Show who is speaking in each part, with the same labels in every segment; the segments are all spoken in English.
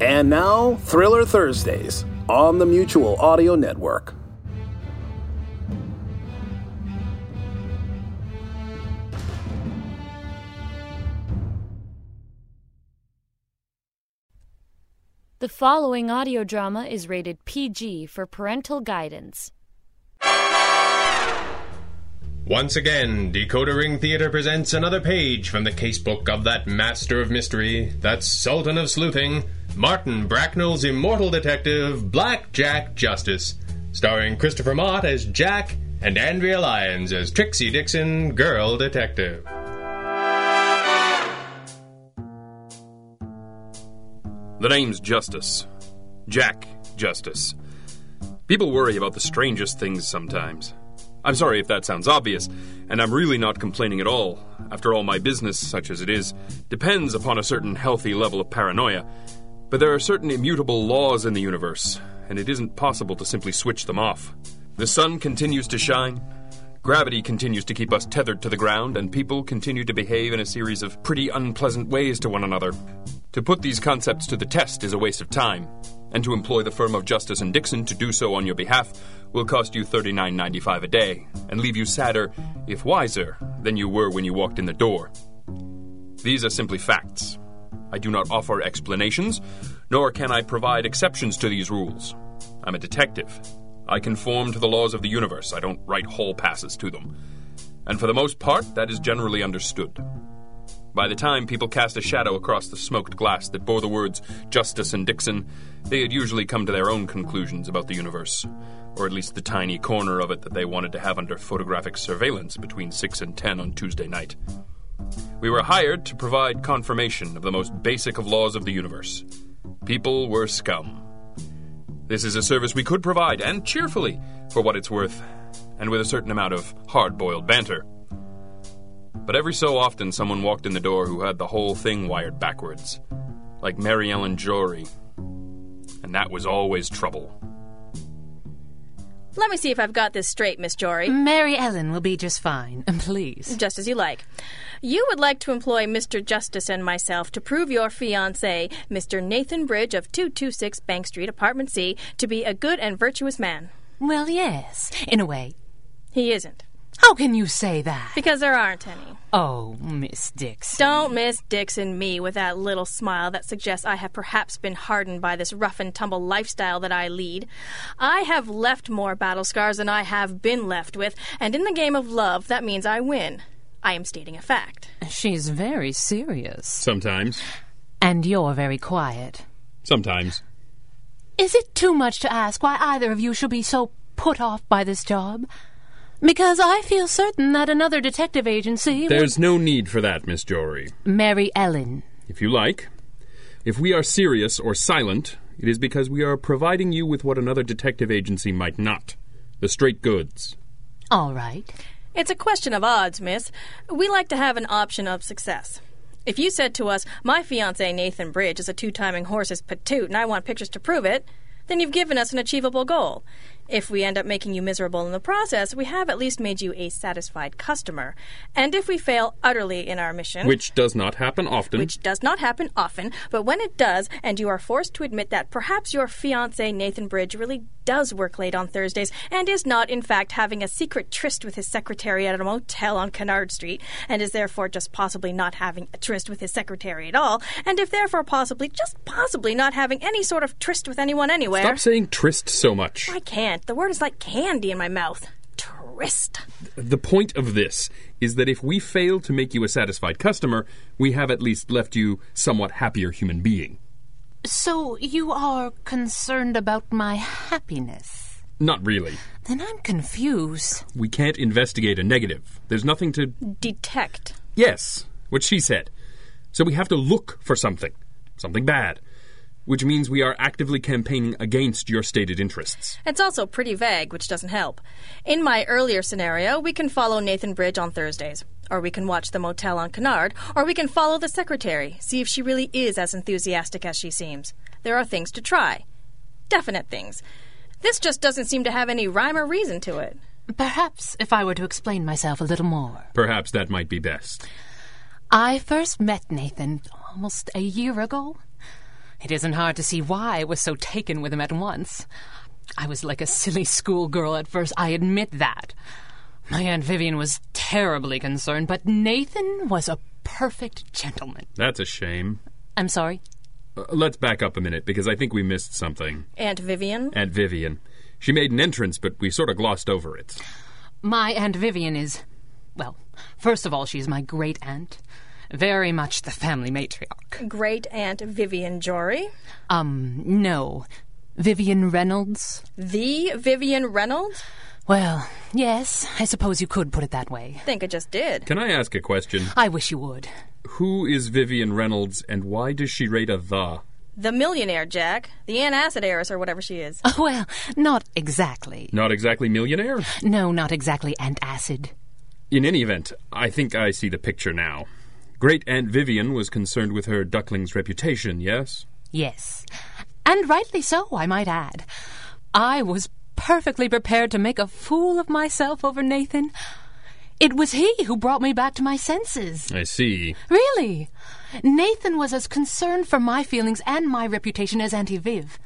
Speaker 1: And now, Thriller Thursdays on the Mutual Audio Network.
Speaker 2: The following audio drama is rated PG for parental guidance.
Speaker 3: Once again, Decoder Ring Theater presents another page from the casebook of that master of mystery, that sultan of sleuthing, Martin Bracknell's immortal detective, Black Jack Justice, starring Christopher Mott as Jack and Andrea Lyons as Trixie Dixon, girl detective.
Speaker 4: The name's Justice. Jack Justice. People worry about the strangest things sometimes. I'm sorry if that sounds obvious, and I'm really not complaining at all. After all, my business, such as it is, depends upon a certain healthy level of paranoia. But there are certain immutable laws in the universe, and it isn't possible to simply switch them off. The sun continues to shine, gravity continues to keep us tethered to the ground, and people continue to behave in a series of pretty unpleasant ways to one another. To put these concepts to the test is a waste of time, and to employ the firm of Justice and Dixon to do so on your behalf will cost you $39.95 a day and leave you sadder, if wiser, than you were when you walked in the door. These are simply facts. I do not offer explanations, nor can I provide exceptions to these rules. I'm a detective. I conform to the laws of the universe. I don't write hall passes to them. And for the most part, that is generally understood. By the time people cast a shadow across the smoked glass that bore the words Justice and Dixon, they had usually come to their own conclusions about the universe, or at least the tiny corner of it that they wanted to have under photographic surveillance between 6 and 10 on Tuesday night. We were hired to provide confirmation of the most basic of laws of the universe. People were scum. This is a service we could provide, and cheerfully, for what it's worth, and with a certain amount of hard boiled banter. But every so often, someone walked in the door who had the whole thing wired backwards, like Mary Ellen Jory. And that was always trouble.
Speaker 5: Let me see if I've got this straight, Miss Jory.
Speaker 6: Mm-hmm.
Speaker 7: Mary Ellen will be just fine, please.
Speaker 5: Just as you like. You would like to employ Mr. Justice and myself to prove your fiance, Mr. Nathan Bridge of 226 Bank Street, Apartment C, to be a good and virtuous man.
Speaker 7: Well, yes, in a way.
Speaker 5: He isn't,
Speaker 7: How can you say that?
Speaker 5: because there aren't any.
Speaker 7: Oh, Miss Dixon.
Speaker 5: Don't miss Dixon me with that little smile that suggests I have perhaps been hardened by this rough and tumble lifestyle that I lead. I have left more battle scars than I have been left with, and in the game of love, that means I win. I am stating a fact.
Speaker 7: She's very serious.
Speaker 4: Sometimes.
Speaker 7: And you're very quiet.
Speaker 4: Sometimes.
Speaker 7: Is it too much to ask why either of you should be so put off by this job? Because I feel certain that another detective agency.
Speaker 4: There's no need for that, Miss Jory.
Speaker 7: would... Mary Ellen.
Speaker 4: If you like. If we are serious or silent, it is because we are providing you with what another detective agency might not the straight goods.
Speaker 7: All right.
Speaker 5: It's a question of odds, miss. We like to have an option of success. If you said to us, My fiance Nathan Bridge is a two timing horse's patoot and I want pictures to prove it, then you've given us an achievable goal. If we end up making you miserable in the process, we have at least made you a satisfied customer. And if we fail utterly in our mission,
Speaker 4: Which does not happen often.
Speaker 5: which does not happen often, but when it does, and you are forced to admit that perhaps your fiance Nathan Bridge really does work late on Thursdays and is not, in fact, having a secret tryst with his secretary at a motel on Kennard Street, and is therefore just possibly not having a tryst with his secretary at all, and if therefore possibly, just possibly, not having any sort of tryst with anyone anywhere.
Speaker 4: Stop saying tryst so much.
Speaker 5: I can't. The word is like candy in my mouth. Tryst.
Speaker 4: The point of this is that if we fail to make you a satisfied customer, we have at least left you somewhat happier human being.
Speaker 7: So you are concerned about my happiness?
Speaker 4: Not really.
Speaker 7: Then I'm confused.
Speaker 4: We can't investigate a negative. There's nothing to.
Speaker 5: Detect.
Speaker 4: Yes, what she said. So we have to look for something. Something bad. Which means we are actively campaigning against your stated interests.
Speaker 5: It's also pretty vague, which doesn't help. In my earlier scenario, we can follow Nathan Bridge on Thursdays, or we can watch the motel on Kennard, or we can follow the secretary, see if she really is as enthusiastic as she seems. There are things to try. Definite things. This just doesn't seem to have any rhyme or reason to it.
Speaker 7: Perhaps if I were to explain myself a little more.
Speaker 4: Perhaps that might be best.
Speaker 7: I first met Nathan almost a year ago.
Speaker 6: It isn't hard to see why I was so taken with him at once. I was like a silly schoolgirl at first, I admit that. My Aunt Vivian was terribly concerned, but Nathan was a perfect gentleman.
Speaker 4: That's a shame.
Speaker 6: I'm sorry.
Speaker 4: Uh, let's back up a minute because I think we missed something.
Speaker 5: Aunt Vivian?
Speaker 4: Aunt Vivian. She made an entrance, but we sort of glossed over it.
Speaker 6: My Aunt Vivian is, well, first of all, she's my great aunt. Very much the family matriarch.
Speaker 5: Great Aunt Vivian Jory?
Speaker 6: Um, no. Vivian Reynolds?
Speaker 5: The Vivian Reynolds?
Speaker 6: Well, yes, I suppose you could put it that way.
Speaker 5: Think I just did.
Speaker 4: Can I ask a question?
Speaker 6: I wish you would.
Speaker 4: Who is Vivian Reynolds and why does she rate a the?
Speaker 5: The millionaire, Jack. The antacid heiress, or whatever she is.
Speaker 6: Oh, well, not exactly.
Speaker 4: Not exactly millionaire?
Speaker 6: No, not exactly antacid.
Speaker 4: In any event, I think I see the picture now. Great Aunt Vivian was concerned with her duckling's reputation, yes?
Speaker 6: Yes. And rightly so, I might add. I was perfectly prepared to make a fool of myself over Nathan. It was he who brought me back to my senses.
Speaker 4: I see.
Speaker 6: Really? Nathan was as concerned for my feelings and my reputation as Auntie Viv.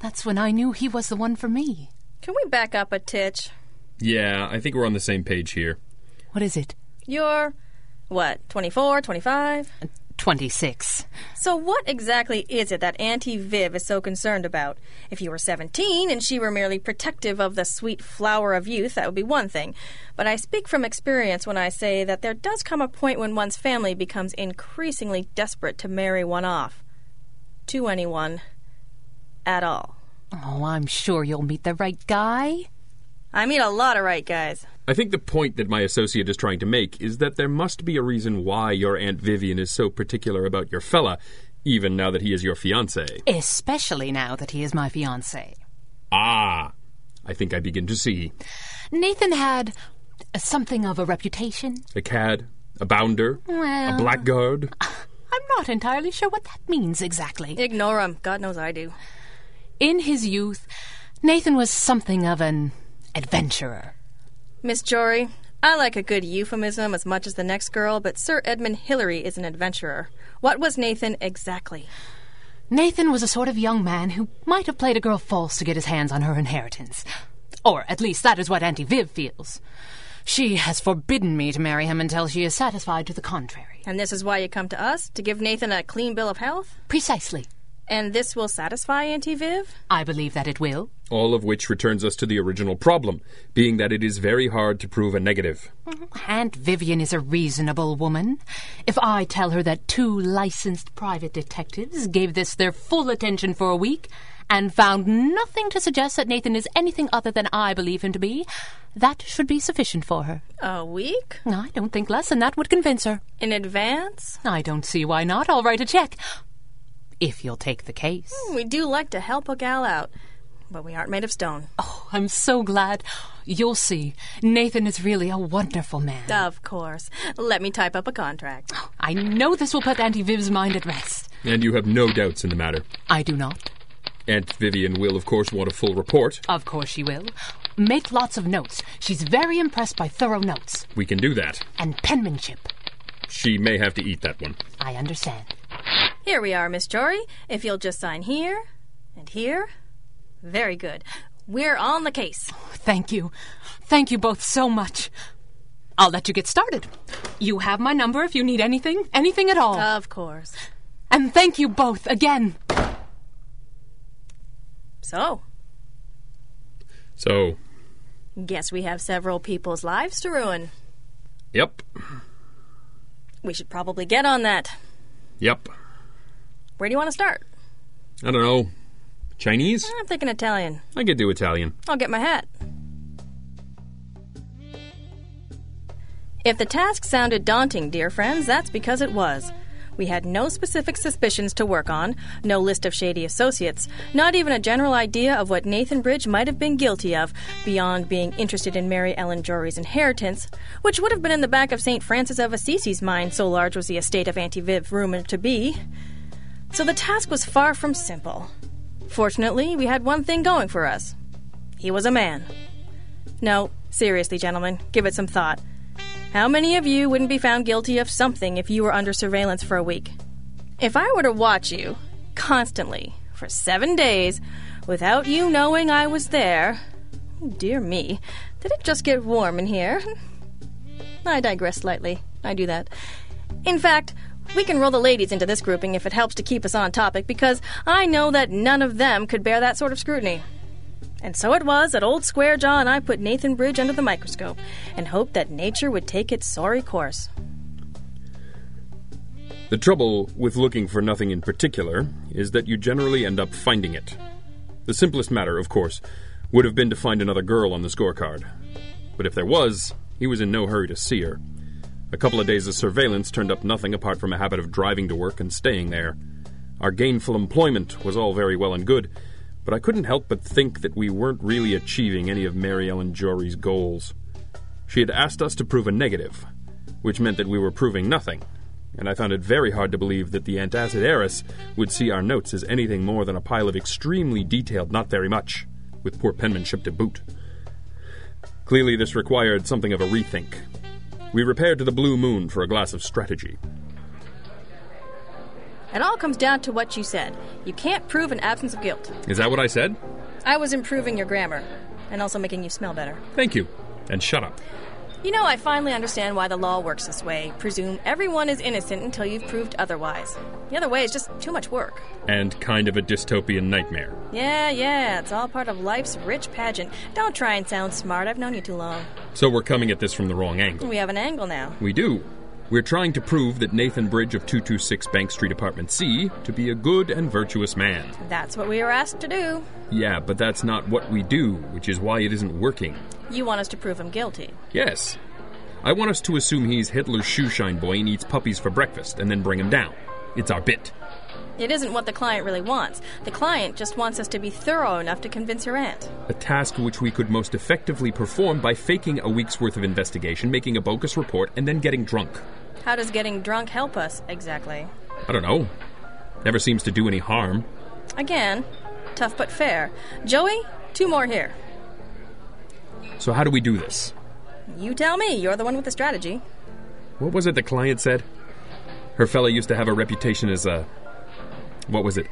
Speaker 6: That's when I knew he was the one for me.
Speaker 5: Can we back up a titch?
Speaker 4: Yeah, I think we're on the same page here.
Speaker 6: What is it?
Speaker 5: You're, what, 24, 25?
Speaker 6: 26.
Speaker 5: So, what exactly is it that Auntie Viv is so concerned about? If you were 17 and she were merely protective of the sweet flower of youth, that would be one thing. But I speak from experience when I say that there does come a point when one's family becomes increasingly desperate to marry one off. To anyone. At all.
Speaker 6: Oh, I'm sure you'll meet the right guy.
Speaker 5: I meet a lot of right guys.
Speaker 4: I think the point that my associate is trying to make is that there must be a reason why your Aunt Vivian is so particular about your fella, even now that he is your fiance.
Speaker 6: Especially now that he is my fiance.
Speaker 4: Ah, I think I begin to see.
Speaker 6: Nathan had uh, something of a reputation.
Speaker 4: A cad, a bounder,
Speaker 6: Well.
Speaker 4: a blackguard.
Speaker 6: I'm not entirely sure what that means exactly.
Speaker 5: Ignore 'em. God knows I do.
Speaker 6: In his youth, Nathan was something of an adventurer.
Speaker 5: Miss Jory, I like a good euphemism as much as the next girl, but Sir Edmund Hillary is an adventurer. What was Nathan exactly?
Speaker 6: Nathan was a sort of young man who might have played a girl false to get his hands on her inheritance. Or at least that is what Auntie Viv feels. She has forbidden me to marry him until she is satisfied to the contrary.
Speaker 5: And this is why you come to us? To give Nathan a clean bill of health?
Speaker 6: Precisely.
Speaker 5: And this will satisfy Auntie Viv?
Speaker 6: I believe that it will.
Speaker 4: All of which returns us to the original problem, being that it is very hard to prove a negative.
Speaker 6: Aunt Vivian is a reasonable woman. If I tell her that two licensed private detectives gave this their full attention for a week and found nothing to suggest that Nathan is anything other than I believe him to be, that should be sufficient for her.
Speaker 5: A week?
Speaker 6: I don't think less than that would convince her.
Speaker 5: In advance?
Speaker 6: I don't see why not. I'll write a check. If you'll take the case.
Speaker 5: We do like to help a gal out, but we aren't made of stone.
Speaker 6: Oh, I'm so glad. You'll see. Nathan is really a wonderful man.
Speaker 5: Of course. Let me type up a contract.
Speaker 6: I know this will put Auntie Viv's mind at rest.
Speaker 4: And you have no doubts in the matter.
Speaker 6: I do not.
Speaker 4: Aunt Vivian will, of course, want a full report.
Speaker 6: Of course she will. Make lots of notes. She's very impressed by thorough notes
Speaker 4: We can do that.
Speaker 6: and penmanship.
Speaker 4: She may have to eat that one.
Speaker 6: I understand.
Speaker 5: Here we are, Miss Jory. If you'll just sign here and here. Very good. We're on the case.
Speaker 6: Thank you. Thank you both so much. I'll let you get started. You have my number if you need anything, anything at all.
Speaker 5: Of course.
Speaker 6: and thank you both again.
Speaker 5: So,
Speaker 4: So,
Speaker 5: guess we have several people's lives to ruin.
Speaker 4: yep,
Speaker 5: We should probably get on that.
Speaker 4: yep.
Speaker 5: Where do you want to start?
Speaker 4: I don't know. Chinese?
Speaker 5: I'm thinking Italian.
Speaker 4: I could do Italian.
Speaker 5: I'll get my hat. If the task sounded daunting, dear friends, that's because it was. We had no specific suspicions to work on, no list of shady associates, not even a general idea of what Nathan Bridge might have been guilty of, beyond being interested in Mary Ellen Jory's inheritance, which would have been in the back of St. Francis of Assisi's mind, so large was the estate of Auntie Viv rumored to be. So the task was far from simple. Fortunately, we had one thing going for us he was a man. No, seriously, gentlemen, give it some thought. How many of you wouldn't be found guilty of something if you were under surveillance for a week? If I were to watch you, constantly for seven days without you knowing I was there. Oh, dear me, did it just get warm in here? I digress slightly. I do that. In fact, we can roll the ladies into this grouping if it helps to keep us on topic because I know that none of them could bear that sort of scrutiny. And so it was that Old Square Jaw and I put Nathan Bridge under the microscope and hoped that nature would take its sorry course.
Speaker 4: The trouble with looking for nothing in particular is that you generally end up finding it. The simplest matter, of course, would have been to find another girl on the scorecard. But if there was, he was in no hurry to see her. A couple of days of surveillance turned up nothing apart from a habit of driving to work and staying there. Our gainful employment was all very well and good, but I couldn't help but think that we weren't really achieving any of Mary Ellen Jory's goals. She had asked us to prove a negative, which meant that we were proving nothing, and I found it very hard to believe that the antacid heiress would see our notes as anything more than a pile of extremely detailed not very much, with poor penmanship to boot. Clearly, this required something of a rethink. We repaired to the Blue Moon for a glass of strategy.
Speaker 5: It all comes down to what you said. You can't prove an absence of guilt.
Speaker 4: Is that what I said?
Speaker 5: I was improving your grammar and also making you smell better.
Speaker 4: Thank you. And shut up.
Speaker 5: You know, I finally understand why the law works this way. Presume everyone is innocent until you've proved otherwise. The other way is just too much work.
Speaker 4: And kind of a dystopian nightmare.
Speaker 5: Yeah, yeah, it's all part of life's rich pageant. Don't try and sound smart. I've known you too long.
Speaker 4: So we're coming at this from the wrong angle.
Speaker 5: We have an angle now.
Speaker 4: We do. We're trying to prove that Nathan Bridge of 226 Bank Street Apartment C to be a good and virtuous man.
Speaker 5: That's what we were asked to do.
Speaker 4: Yeah, but that's not what we do, which is why it isn't working.
Speaker 5: You want us to prove him guilty.
Speaker 4: Yes. I want us to assume he's Hitler's shoeshine boy and eats puppies for breakfast and then bring him down. It's our bit.
Speaker 5: It isn't what the client really wants. The client just wants us to be thorough enough to convince her aunt.
Speaker 4: A task which we could most effectively perform by faking a week's worth of investigation, making a bogus report, and then getting drunk.
Speaker 5: How does getting drunk help us exactly?
Speaker 4: I don't know. Never seems to do any harm.
Speaker 5: Again, tough but fair. Joey, two more here.
Speaker 4: So, how do we do this?
Speaker 5: You tell me, you're the one with the strategy.
Speaker 4: What was it the client said? Her fella used to have a reputation as a. What was it?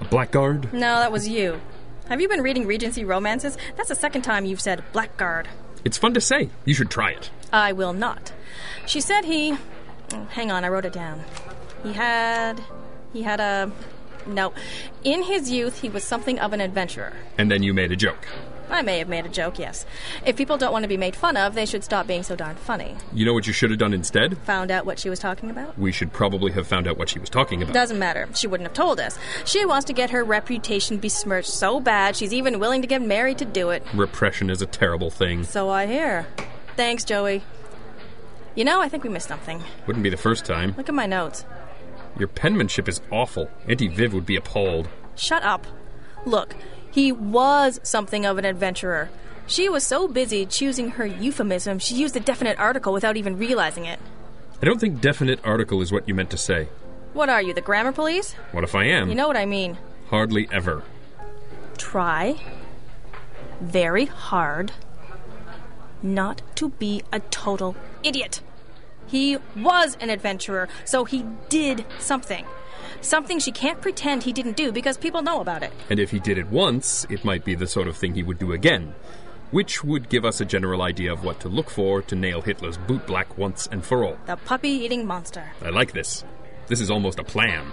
Speaker 4: A blackguard?
Speaker 5: No, that was you. Have you been reading Regency romances? That's the second time you've said blackguard.
Speaker 4: It's fun to say. You should try it.
Speaker 5: I will not. She said he. oh, Hang on, I wrote it down. He had. He had a. No. In his youth, he was something of an adventurer.
Speaker 4: And then you made a joke.
Speaker 5: I may have made a joke, yes. If people don't want to be made fun of, they should stop being so darn funny.
Speaker 4: You know what you should have done instead?
Speaker 5: Found out what she was talking about?
Speaker 4: We should probably have found out what she was talking about.
Speaker 5: Doesn't matter. She wouldn't have told us. She wants to get her reputation besmirched so bad she's even willing to get married to do it.
Speaker 4: Repression is a terrible thing.
Speaker 5: So I hear. Thanks, Joey. You know, I think we missed something.
Speaker 4: Wouldn't be the first time.
Speaker 5: Look at my notes.
Speaker 4: Your penmanship is awful. Auntie Viv would be appalled.
Speaker 5: Shut up. Look, he was something of an adventurer. She was so busy choosing her euphemism, she used a definite article without even realizing it.
Speaker 4: I don't think definite article is what you meant to say.
Speaker 5: What are you, the grammar police?
Speaker 4: What if I am?
Speaker 5: You know what I mean.
Speaker 4: Hardly ever.
Speaker 5: Try very hard not to be a total idiot. He was an adventurer, so he did something. Something she can't pretend he didn't do because people know about it.
Speaker 4: And if he did it once, it might be the sort of thing he would do again, which would give us a general idea of what to look for to nail Hitler's boot black once and for all.
Speaker 5: The puppy eating monster.
Speaker 4: I like this. This is almost a plan.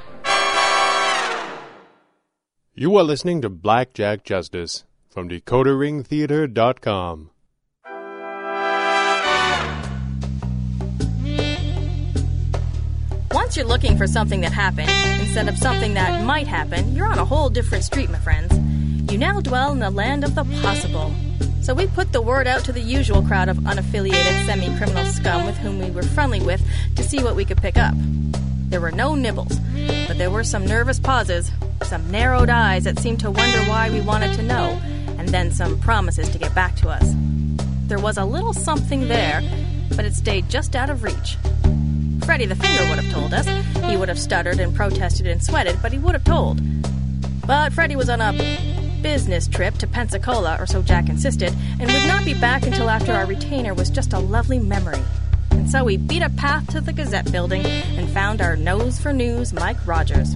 Speaker 8: You are listening to Blackjack Justice from DecoderRingTheater.com.
Speaker 5: Once you're looking for something that happened, instead of something that might happen, you're on a whole different street, my friends. You now dwell in the land of the possible. So we put the word out to the usual crowd of unaffiliated semi criminal scum with whom we were friendly with to see what we could pick up. There were no nibbles, but there were some nervous pauses, some narrowed eyes that seemed to wonder why we wanted to know, and then some promises to get back to us. There was a little something there, but it stayed just out of reach. Freddy the Finger would have told us. He would have stuttered and protested and sweated, but he would have told. But Freddy was on a business trip to Pensacola, or so Jack insisted, and would not be back until after our retainer was just a lovely memory. And so we beat a path to the Gazette building and found our nose for news Mike Rogers.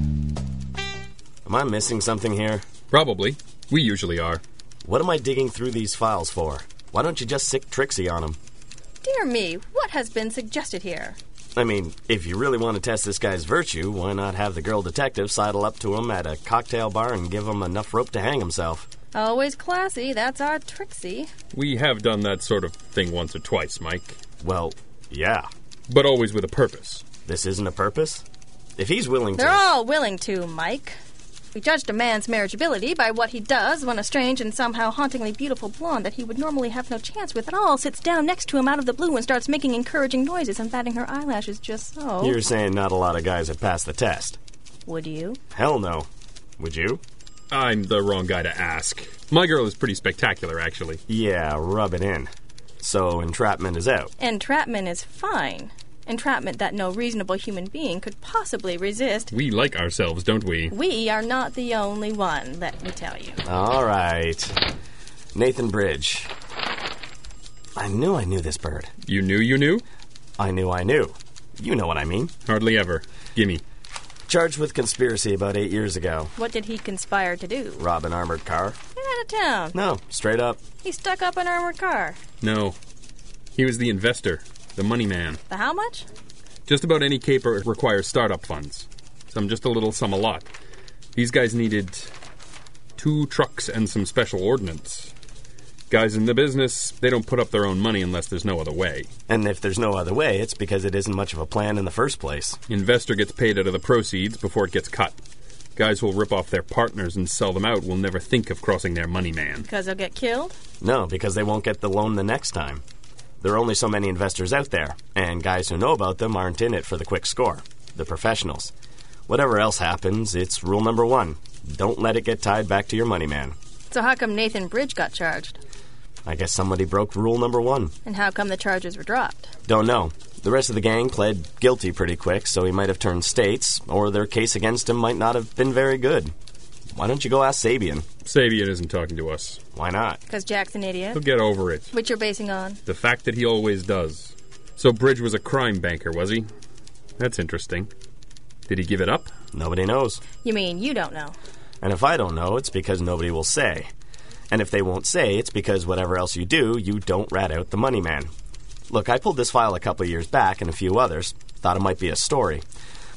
Speaker 9: Am I missing something here?
Speaker 4: Probably. We usually are.
Speaker 9: What am I digging through these files for? Why don't you just sick Trixie on him?
Speaker 5: Dear me, what has been suggested here?
Speaker 9: I mean, if you really want to test this guy's virtue, why not have the girl detective sidle up to him at a cocktail bar and give him enough rope to hang himself?
Speaker 5: Always classy, that's our Trixie.
Speaker 4: We have done that sort of thing once or twice, Mike,
Speaker 9: Well, yeah.
Speaker 4: but always with a purpose.
Speaker 9: This isn't a purpose? If he's willing to.
Speaker 5: They're all willing to, Mike. We judged a man's marriageability by what he does when a strange and somehow hauntingly beautiful blonde that he would normally have no chance with at all sits down next to him out of the blue and starts making encouraging noises and batting her eyelashes just so.
Speaker 9: You're saying not a lot of guys have passed the test.
Speaker 5: Would you?
Speaker 9: Hell no. Would you?
Speaker 4: I'm the wrong guy to ask. My girl is pretty spectacular, actually.
Speaker 9: Yeah, rub it in. So entrapment is out.
Speaker 5: Entrapment is fine. Entrapment that no reasonable human being could possibly resist.
Speaker 4: We like ourselves, don't we?
Speaker 5: We are not the only one, let me tell you.
Speaker 9: All right. Nathan Bridge. I knew I knew this bird.
Speaker 4: You knew you knew?
Speaker 9: I knew I knew. You know what I mean.
Speaker 4: Hardly ever. Gimme.
Speaker 9: Charged with conspiracy about eight years ago.
Speaker 5: What did he conspire to do?
Speaker 9: Rob an armored car?
Speaker 5: Get out of town.
Speaker 9: No, straight up.
Speaker 5: He stuck up an armored car.
Speaker 4: No. He was the investor, the money man.
Speaker 5: The how much?
Speaker 4: Just about any caper requires startup funds. Some just a little, some a lot. These guys needed two trucks and some special ordnance. Guys in the business, they don't put up their own money unless there's no other way.
Speaker 9: And if there's no other way, it's because it isn't much of a plan in the first place.
Speaker 4: Investor gets paid out of the proceeds before it gets cut. Guys will rip off their partners and sell them out will never think of crossing their money man.
Speaker 5: Because he'll get killed?
Speaker 9: No, because they won't get the loan the next time. There are only so many investors out there, and guys who know about them aren't in it for the quick score. The professionals. Whatever else happens, it's rule number one don't let it get tied back to your money man.
Speaker 5: So how come Nathan Bridge got charged?
Speaker 9: I guess somebody broke rule number one.
Speaker 5: And how come the charges were dropped?
Speaker 9: Don't know. The rest of the gang pled guilty pretty quick, so he might have turned states, or their case against him might not have been very good. Why don't you go ask Sabian?
Speaker 4: Sabian isn't talking to us.
Speaker 9: Why not?
Speaker 5: Because Jack's an idiot?
Speaker 4: He'll get over it.
Speaker 5: Which you're basing on?
Speaker 4: The fact that he always does. So Bridge was a crime banker, was he? That's interesting. Did he give it up?
Speaker 9: Nobody knows.
Speaker 5: You mean you don't know?
Speaker 9: And if I don't know, it's because nobody will say. And if they won't say, it's because whatever else you do, you don't rat out the money man. Look, I pulled this file a couple years back and a few others. Thought it might be a story.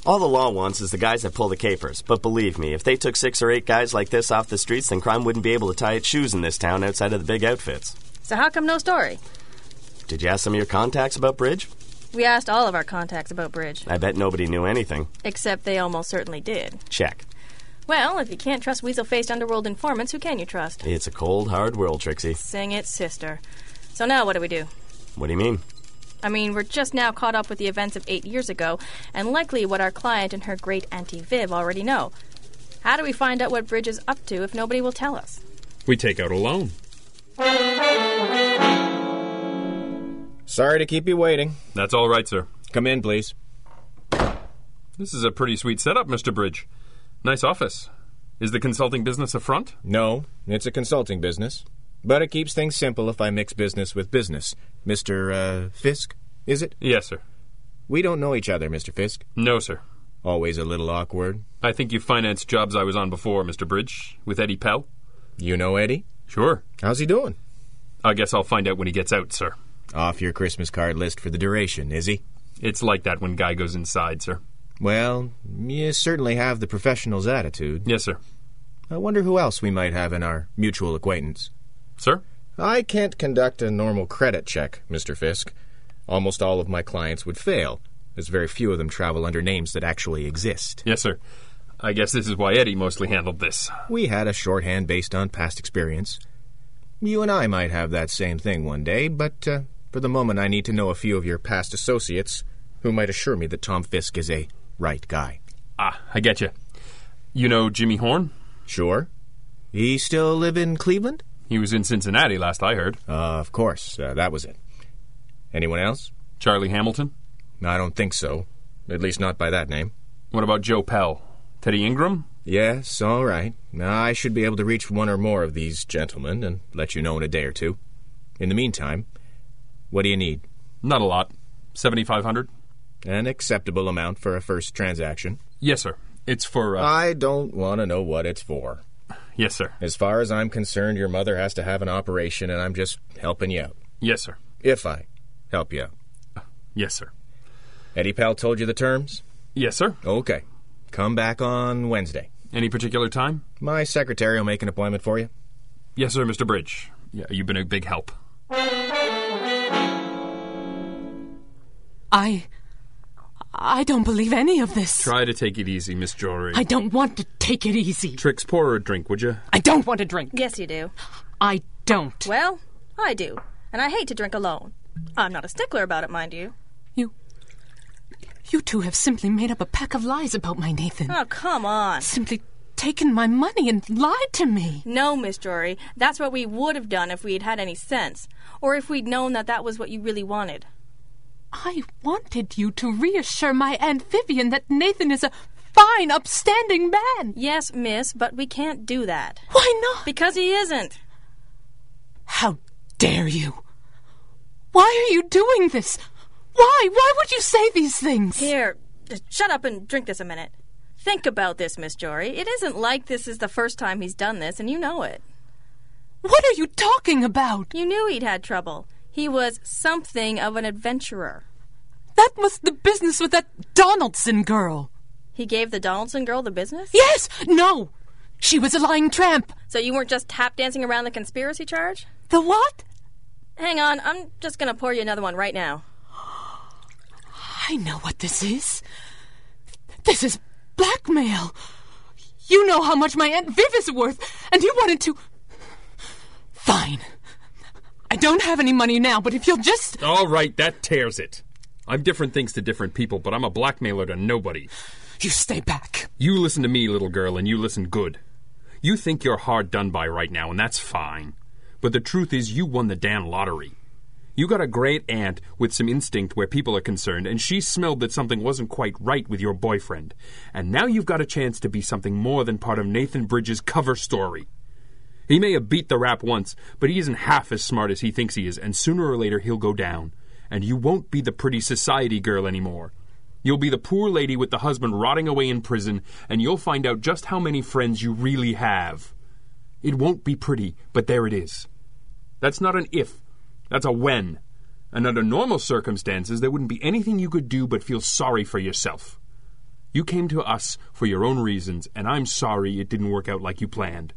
Speaker 9: All the law wants is the guys that pull the capers. But believe me, if they took six or eight guys like this off the streets, then crime wouldn't be able to tie its shoes in this town outside of the big outfits.
Speaker 5: So how come no story?
Speaker 9: Did you ask some of your contacts about Bridge?
Speaker 5: We asked all of our contacts about Bridge,
Speaker 9: I bet nobody knew anything.
Speaker 5: except they almost certainly did.
Speaker 9: Check.
Speaker 5: Well, if you can't trust weasel faced underworld informants, who can you trust?
Speaker 9: It's a cold, hard world, Trixie.
Speaker 5: Sing it, sister. So now what do we do?
Speaker 9: What do you mean?
Speaker 5: I mean, we're just now caught up with the events of eight years ago, and likely what our client and her great Auntie Viv already know. How do we find out what Bridge is up to if nobody will tell us?
Speaker 4: We take out a loan.
Speaker 10: Sorry to keep you waiting.
Speaker 4: That's all right, sir.
Speaker 10: Come in, please.
Speaker 4: This is a pretty sweet setup, Mr. Bridge. Nice office. Is the consulting business a front?
Speaker 10: No, it's a consulting business. But it keeps things simple if I mix business with business. Mr. Uh, Fisk, is it?
Speaker 4: Yes, sir.
Speaker 10: We don't know each other, Mr. Fisk.
Speaker 4: No, sir.
Speaker 10: Always a little awkward.
Speaker 4: I think you financed jobs I was on before, Mr. Bridge, with Eddie Pell.
Speaker 10: You know Eddie?
Speaker 4: Sure.
Speaker 10: How's he doing?
Speaker 4: I guess I'll find out when he gets out, sir.
Speaker 10: Off your Christmas card list for the duration, is he?
Speaker 4: It's like that when guy goes inside, sir.
Speaker 10: Well, you certainly have the professional's attitude.
Speaker 4: Yes, sir.
Speaker 10: I wonder who else we might have in our mutual acquaintance.
Speaker 4: Sir?
Speaker 10: I can't conduct a normal credit check, Mr. Fisk. Almost all of my clients would fail, as very few of them travel under names that actually exist.
Speaker 4: Yes, sir. I guess this is why Eddie mostly handled this.
Speaker 10: We had a shorthand based on past experience. You and I might have that same thing one day, but uh, for the moment I need to know a few of your past associates who might assure me that Tom Fisk is a right guy.
Speaker 4: Ah, I get you. You know Jimmy Horn?
Speaker 10: Sure. He still live in Cleveland?
Speaker 4: He was in Cincinnati last I heard.
Speaker 10: Uh, of course, uh, that was it. Anyone else?
Speaker 4: Charlie Hamilton?
Speaker 10: I don't think so. At least not by that name.
Speaker 4: What about Joe Pell? Teddy Ingram?
Speaker 10: Yes, all right. I should be able to reach one or more of these gentlemen and let you know in a day or two. In the meantime, what do you need?
Speaker 4: Not a lot. 7500
Speaker 10: An acceptable amount for a first transaction.
Speaker 4: Yes, sir. It's for. Uh,
Speaker 10: I don't want to know what it's for.
Speaker 4: yes, sir.
Speaker 10: As far as I'm concerned, your mother has to have an operation, and I'm just helping you out.
Speaker 4: Yes, sir.
Speaker 10: If I help you out.
Speaker 4: Yes, sir.
Speaker 10: Eddie Pal told you the terms?
Speaker 4: Yes, sir.
Speaker 10: Okay. Come back on Wednesday.
Speaker 4: Any particular time?
Speaker 10: My secretary will make an appointment for you.
Speaker 4: Yes, sir, Mr. Bridge. Yeah, you've been a big help.
Speaker 6: I. I don't believe any of this.
Speaker 4: Try to take it easy, Miss Jory.
Speaker 6: I don't want to take it easy.
Speaker 4: Tricks, pour her a drink, would you?
Speaker 6: I don't want to drink.
Speaker 5: Yes, you do.
Speaker 6: I don't.
Speaker 5: Well, I do. And I hate to drink alone. I'm not a stickler about it, mind you.
Speaker 6: You. You two have simply made up a pack of lies about my Nathan.
Speaker 5: Oh, come on.
Speaker 6: Simply taken my money and lied to me.
Speaker 5: No, Miss Jory, that's what we would have done if we'd had any sense, or if we'd known that that was what you really wanted.
Speaker 6: I wanted you to reassure my Aunt Vivian that Nathan is a fine, upstanding man.
Speaker 5: Yes, Miss, but we can't do that.
Speaker 6: Why not?
Speaker 5: Because he isn't.
Speaker 6: How dare you? Why are you doing this? Why? Why would you say these things?
Speaker 5: Here, just shut up and drink this a minute. Think about this, Miss Jory. It isn't like this is the first time he's done this, and you know it.
Speaker 6: What are you talking about?
Speaker 5: You knew he'd had trouble. He was something of an adventurer.
Speaker 6: That was the business with that Donaldson girl.
Speaker 5: He gave the Donaldson girl the business?
Speaker 6: Yes! No! She was a lying tramp.
Speaker 5: So you weren't just tap dancing around the conspiracy charge?
Speaker 6: The what?
Speaker 5: Hang on, I'm just gonna pour you another one right now.
Speaker 6: I know what this is. This is blackmail. You know how much my Aunt Viv is worth, and you wanted to. Fine. I don't have any money now, but if you'll just.
Speaker 4: All right, that tears it. I'm different things to different people, but I'm a blackmailer to nobody.
Speaker 6: You stay back.
Speaker 4: You listen to me, little girl, and you listen good. You think you're hard done by right now, and that's fine. But the truth is, you won the damn lottery. You got a great aunt with some instinct where people are concerned, and she smelled that something wasn't quite right with your boyfriend. And now you've got a chance to be something more than part of Nathan Bridges' cover story. He may have beat the rap once, but he isn't half as smart as he thinks he is, and sooner or later he'll go down. And you won't be the pretty society girl anymore. You'll be the poor lady with the husband rotting away in prison, and you'll find out just how many friends you really have. It won't be pretty, but there it is. That's not an if, that's a when. And under normal circumstances, there wouldn't be anything you could do but feel sorry for yourself. You came to us for your own reasons, and I'm sorry it didn't work out like you planned.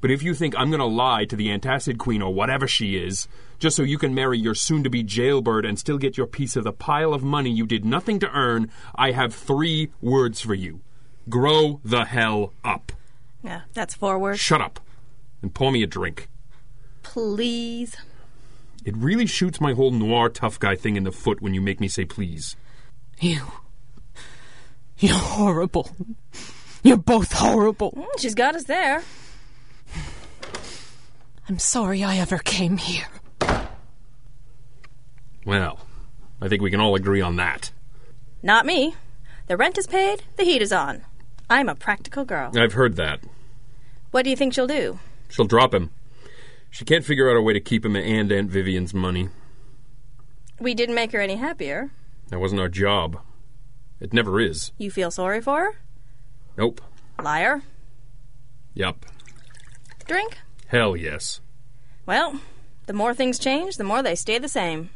Speaker 4: But if you think I'm going to lie to the antacid queen or whatever she is, just so you can marry your soon to be jailbird and still get your piece of the pile of money you did nothing to earn, I have three words for you grow the hell up.
Speaker 5: Yeah, that's forward.
Speaker 4: Shut up and pour me a drink.
Speaker 5: Please.
Speaker 4: It really shoots my whole noir tough guy thing in the foot when you make me say please.
Speaker 6: You. You're horrible. You're both horrible.
Speaker 5: Mm, She's got us there.
Speaker 6: I'm sorry I ever came here.
Speaker 4: Well, I think we can all agree on that.
Speaker 5: Not me. The rent is paid, the heat is on. I'm a practical girl.
Speaker 4: I've heard that.
Speaker 5: What do you think she'll do?
Speaker 4: She'll drop him. She can't figure out a way to keep him and Aunt Vivian's money.
Speaker 5: We didn't make her any happier.
Speaker 4: That wasn't our job. It never is.
Speaker 5: You feel sorry for
Speaker 4: Nope.
Speaker 5: her? Liar.
Speaker 4: Yup.
Speaker 5: Drink?
Speaker 4: Hell yes.
Speaker 5: Well, the more things change, the more they stay the same.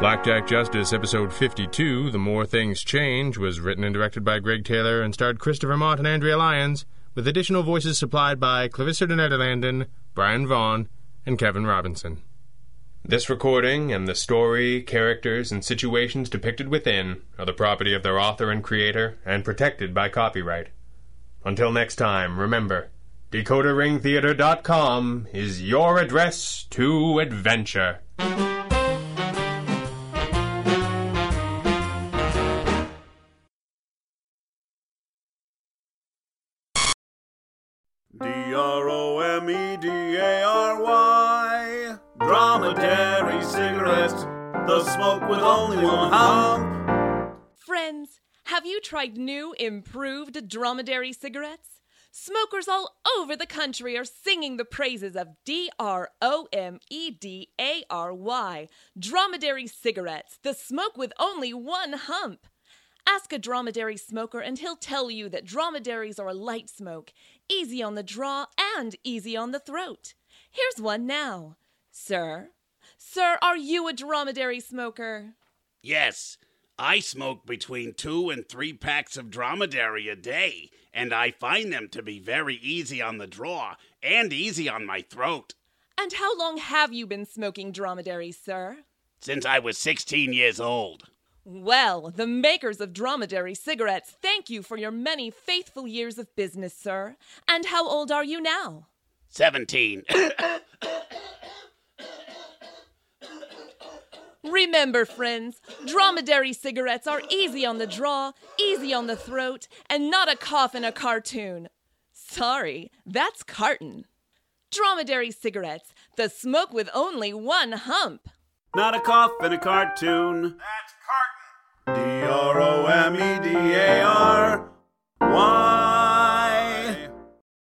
Speaker 10: Blackjack Justice, episode 52, The More Things Change, was written and directed by Greg Taylor and starred Christopher Mott and Andrea Lyons, with additional voices supplied by Clarissa de Nederlanden, Brian Vaughan, and Kevin Robinson.
Speaker 3: This recording and the story, characters, and situations depicted within are the property of their author and creator and protected by copyright. Until next time, remember DecoderRingTheater.com is your address to adventure.
Speaker 11: D R O M E D A R Y. Dromedary cigarette. The smoke with only one hump.
Speaker 2: Friends, have you tried new, improved dromedary cigarettes? Smokers all over the country are singing the praises of D R O M E D A R Y, dromedary cigarettes, the smoke with only one hump.
Speaker 6: Ask a dromedary smoker, and he'll tell you that dromedaries are a light smoke, easy on the draw and easy on the throat. Here's one now. Sir, sir, are you a dromedary smoker?
Speaker 12: Yes, I smoke between two and three packs of dromedary a day, and I find them to be very easy on the draw and easy on my throat.
Speaker 6: And how long have you been smoking dromedaries, sir?
Speaker 12: Since I was 16 years old.
Speaker 6: Well, the makers of dromedary cigarettes thank you for your many faithful years of business, sir. And how old are you now?
Speaker 12: 17.
Speaker 6: Remember, friends, dromedary cigarettes are easy on the draw, easy on the throat, and not a cough in a cartoon. Sorry, that's carton. Dromedary cigarettes, the smoke with only one hump.
Speaker 3: Not a cough in a cartoon.
Speaker 6: D
Speaker 3: R O M E D A R.